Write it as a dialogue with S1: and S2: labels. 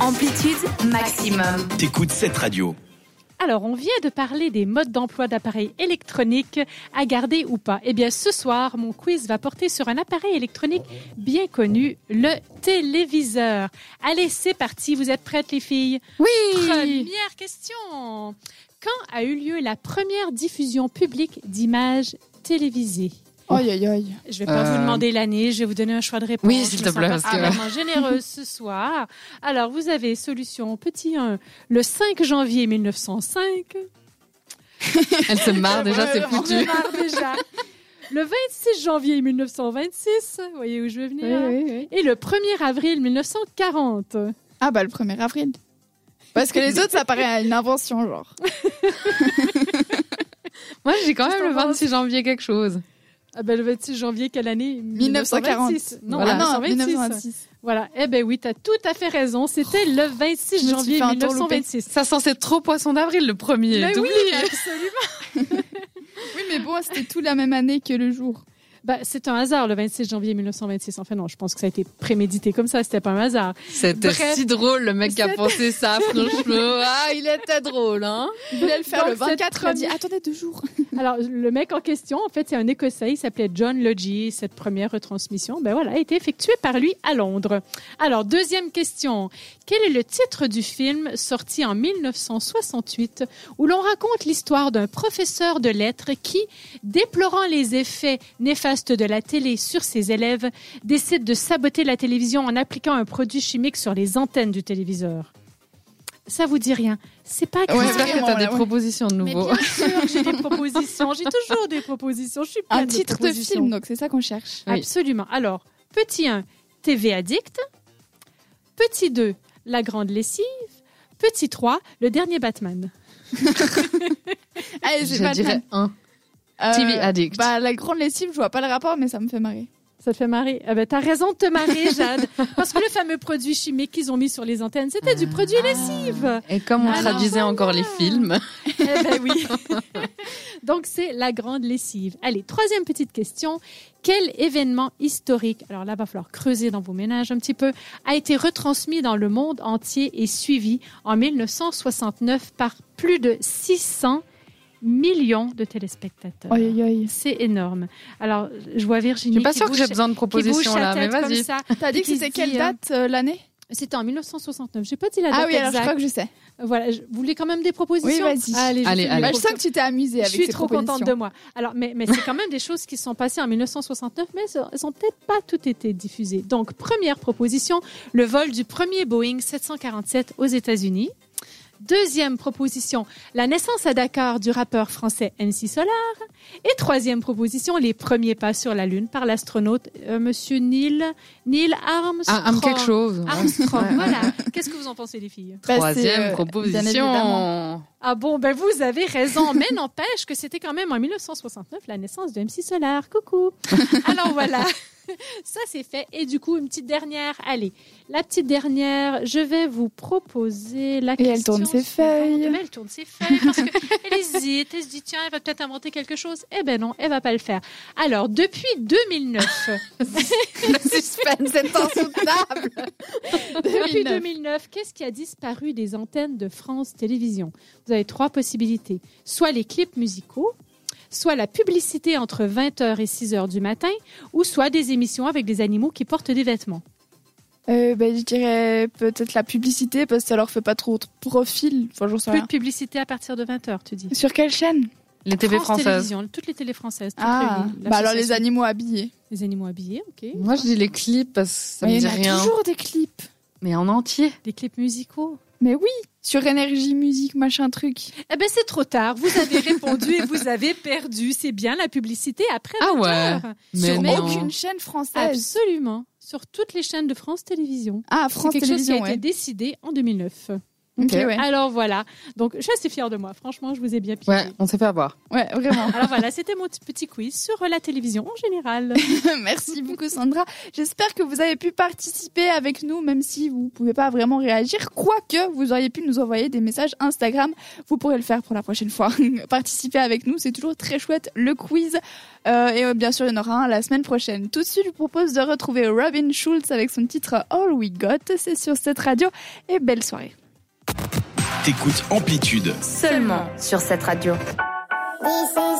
S1: Amplitude maximum.
S2: T'écoutes cette radio.
S3: Alors, on vient de parler des modes d'emploi d'appareils électroniques à garder ou pas. Eh bien, ce soir, mon quiz va porter sur un appareil électronique bien connu, le téléviseur. Allez, c'est parti. Vous êtes prêtes, les filles?
S4: Oui.
S3: Première question. Quand a eu lieu la première diffusion publique d'images télévisées?
S4: Aïe, aïe, aïe.
S3: Je vais pas
S5: Euh,
S3: vous demander l'année, je vais vous donner un choix de réponse.
S5: Oui, s'il
S3: Je
S5: te
S3: me
S5: plaît,
S3: sens pas Ah,
S5: parce que-
S3: vraiment généreuse ce soir. Alors, vous avez solution petit 1, le 5 janvier 1905.
S5: Elle se marre déjà, c'est
S3: On
S5: foutu.
S3: démarre déjà. Le 26 janvier 1926, vous voyez où je veux venir.
S4: Oui,
S3: hein?
S4: oui, oui.
S3: Et le 1er avril 1940.
S4: Ah bah le 1er avril. Parce que les autres, ça paraît une invention, genre.
S5: Moi, j'ai quand
S4: Qu'est-ce
S5: même le
S4: qu'on pense
S5: 26 janvier quelque chose.
S3: Ah ben, le 26 janvier, quelle année
S4: 1940.
S3: 1926. Non,
S5: Voilà.
S4: Ah non,
S3: 1926.
S4: 1926.
S3: Voilà. Eh ben oui, tu as tout à fait raison. C'était le 26
S4: Je me suis
S3: janvier
S4: fait un tour loupé.
S3: 1926.
S5: Ça censé être trop poisson d'avril le premier.
S3: Mais Ben oui,
S5: T'oublies.
S3: absolument.
S4: Oui, mais bon, c'était tout la même année que le jour.
S3: Bah, c'est un hasard, le 26 janvier 1926. Enfin, non, je pense que ça a été prémédité comme ça, c'était pas un hasard.
S5: C'était
S3: Bref.
S5: si drôle le mec qui a pensé ça, franchement. Ah, il était drôle, hein.
S4: Il voulait le faire
S3: Donc,
S4: le 24, il a dit
S3: cette
S4: attendez deux jours.
S3: Alors, le mec en question, en fait, c'est un Écossais, il s'appelait John Logie. Cette première retransmission, ben voilà, a été effectuée par lui à Londres. Alors, deuxième question. Quel est le titre du film sorti en 1968 où l'on raconte l'histoire d'un professeur de lettres qui, déplorant les effets néfastes de la télé sur ses élèves, décide de saboter la télévision en appliquant un produit chimique sur les antennes du téléviseur? Ça vous dit rien. C'est pas grave.
S5: J'espère que
S4: vraiment,
S5: t'as des
S4: là, ouais.
S5: propositions de
S3: Mais
S5: nouveau.
S3: bien sûr, j'ai des propositions. J'ai toujours des propositions. Je suis pleine
S4: Un titre de
S3: propositions.
S4: film, donc c'est ça qu'on cherche.
S5: Oui.
S3: Absolument. Alors, petit 1, TV addict. Petit 2, la grande lessive. Petit 3, le dernier Batman.
S4: Allez, c'est
S5: Je
S4: pas
S5: dirais un.
S4: mal.
S5: TV
S4: Euh,
S5: addict.
S4: Bah la grande lessive, je vois pas le rapport, mais ça me fait marrer.
S3: Ça te fait marrer. Ah ben, t'as raison de te marrer, Jade. Parce que le fameux produit chimique qu'ils ont mis sur les antennes, c'était du produit lessive.
S5: Et comme on
S3: Alors,
S5: traduisait encore les films,
S3: Eh ben oui. Donc, c'est la grande lessive. Allez, troisième petite question. Quel événement historique, alors là, va falloir creuser dans vos ménages un petit peu, a été retransmis dans le monde entier et suivi en 1969 par plus de 600 millions de téléspectateurs?
S4: Aïe, aïe, aïe.
S3: C'est énorme. Alors, je vois
S5: je
S3: Virginie.
S5: suis pas
S3: qui
S5: sûre que j'ai
S3: bouge-
S5: besoin de
S3: qui bouge
S5: propositions
S3: sa
S5: là, mais
S3: tête comme
S5: vas-y.
S3: ça.
S4: T'as dit que
S3: Qui
S4: c'était
S3: dit,
S4: quelle
S3: euh,
S4: date euh, l'année
S3: C'était en 1969. J'ai pas dit la date
S4: Ah oui, alors je
S3: exacte.
S4: crois que je sais.
S3: Voilà, je- vous voulez quand même des propositions
S4: Oui, vas-y.
S3: Allez, je
S5: Allez,
S3: fais
S5: allez.
S3: mes
S4: Bah, je sens que tu t'es amusée
S3: Je
S4: avec
S3: suis
S4: ces
S3: trop contente de
S4: propositions.
S3: moi. Alors, mais, mais c'est quand même des choses qui sont passées en 1969, mais elles n'ont peut-être pas toutes été diffusées. Donc, première proposition, le vol du premier Boeing 747 aux États-Unis. Deuxième proposition, la naissance à Dakar du rappeur français MC Solar. Et troisième proposition, les premiers pas sur la Lune par l'astronaute euh, Monsieur Neil, Neil Armstrong.
S5: Ah, Un, un quelque chose.
S3: Ah. Armstrong,
S5: Ouais, ouais.
S3: voilà. Qu'est-ce que vous en pensez, les filles
S4: Bah, c'est,
S5: Troisième
S4: euh, bien évidemment.
S5: proposition.
S3: ah bon, ben vous avez raison, mais n'empêche que c'était quand même en 1969 la naissance de MC Solar. Coucou. Alors voilà, ça c'est fait. Et du coup, une petite dernière. Allez, la petite dernière, je vais vous proposer la
S4: Et
S3: question.
S4: elle tourne ses
S3: suivante.
S4: feuilles.
S3: Mais elle tourne ses feuilles parce qu'elle hésite, elle se dit tiens, elle va peut-être inventer quelque chose. Eh ben non, elle va pas le faire. Alors, depuis 2009,
S4: Le suspense est insoutenable.
S3: Depuis
S4: 2009.
S3: 2009, qu'est-ce qui a disparu des antennes de France Télévisions Vous avez trois possibilités. Soit les clips musicaux, soit la publicité entre 20h et 6h du matin, ou soit des émissions avec des animaux qui portent des vêtements.
S4: Euh, bah, je dirais peut-être la publicité parce que ça leur fait pas trop de profil. Enfin, j'en sais
S3: Plus
S4: rien.
S3: de publicité à partir de 20h, tu dis.
S4: Sur quelle chaîne
S5: Les TV
S3: France
S5: françaises.
S3: Télévisions, toutes les télés françaises. toutes
S4: Ah,
S3: réunies.
S4: bah alors les
S3: L'association
S4: animaux habillés.
S3: des animaux habillés, ok.
S5: Moi, je dis les clips parce que ça
S4: Mais
S5: me
S4: il y
S5: dit
S4: en a
S5: rien.
S4: toujours des clips.
S5: Mais en entier.
S3: Des clips musicaux.
S4: Mais oui, sur énergie, musique, machin truc.
S3: Eh ben c'est trop tard. Vous avez répondu et vous avez perdu. C'est bien la publicité après
S5: Ah
S3: 20
S5: ouais.
S3: heures.
S5: Mais
S4: sur
S5: non.
S4: aucune chaîne française.
S3: Absolument. Sur toutes les chaînes de France Télévisions.
S4: Ah,
S3: C'est
S4: France
S3: quelque chose qui a
S4: Télévisions,
S3: été
S4: ouais.
S3: décidé en 2009.
S4: Ok, ouais.
S3: Alors voilà. Donc, je suis assez fière de moi. Franchement, je vous ai bien piqué.
S5: Ouais, on s'est fait avoir.
S4: Ouais, vraiment.
S3: Alors voilà, c'était mon petit petit quiz sur la télévision en général.
S4: Merci beaucoup, Sandra. J'espère que vous avez pu participer avec nous, même si vous ne pouvez pas vraiment réagir. Quoique, vous auriez pu nous envoyer des messages Instagram. Vous pourrez le faire pour la prochaine fois. Participer avec nous, c'est toujours très chouette, le quiz. Euh, et euh, bien sûr, il y en aura un la semaine prochaine. Tout de suite, je vous propose de retrouver Robin Schulz avec son titre All We Got. C'est sur cette radio. Et belle soirée.
S2: T'écoutes Amplitude.
S1: Seulement sur cette radio.
S6: This is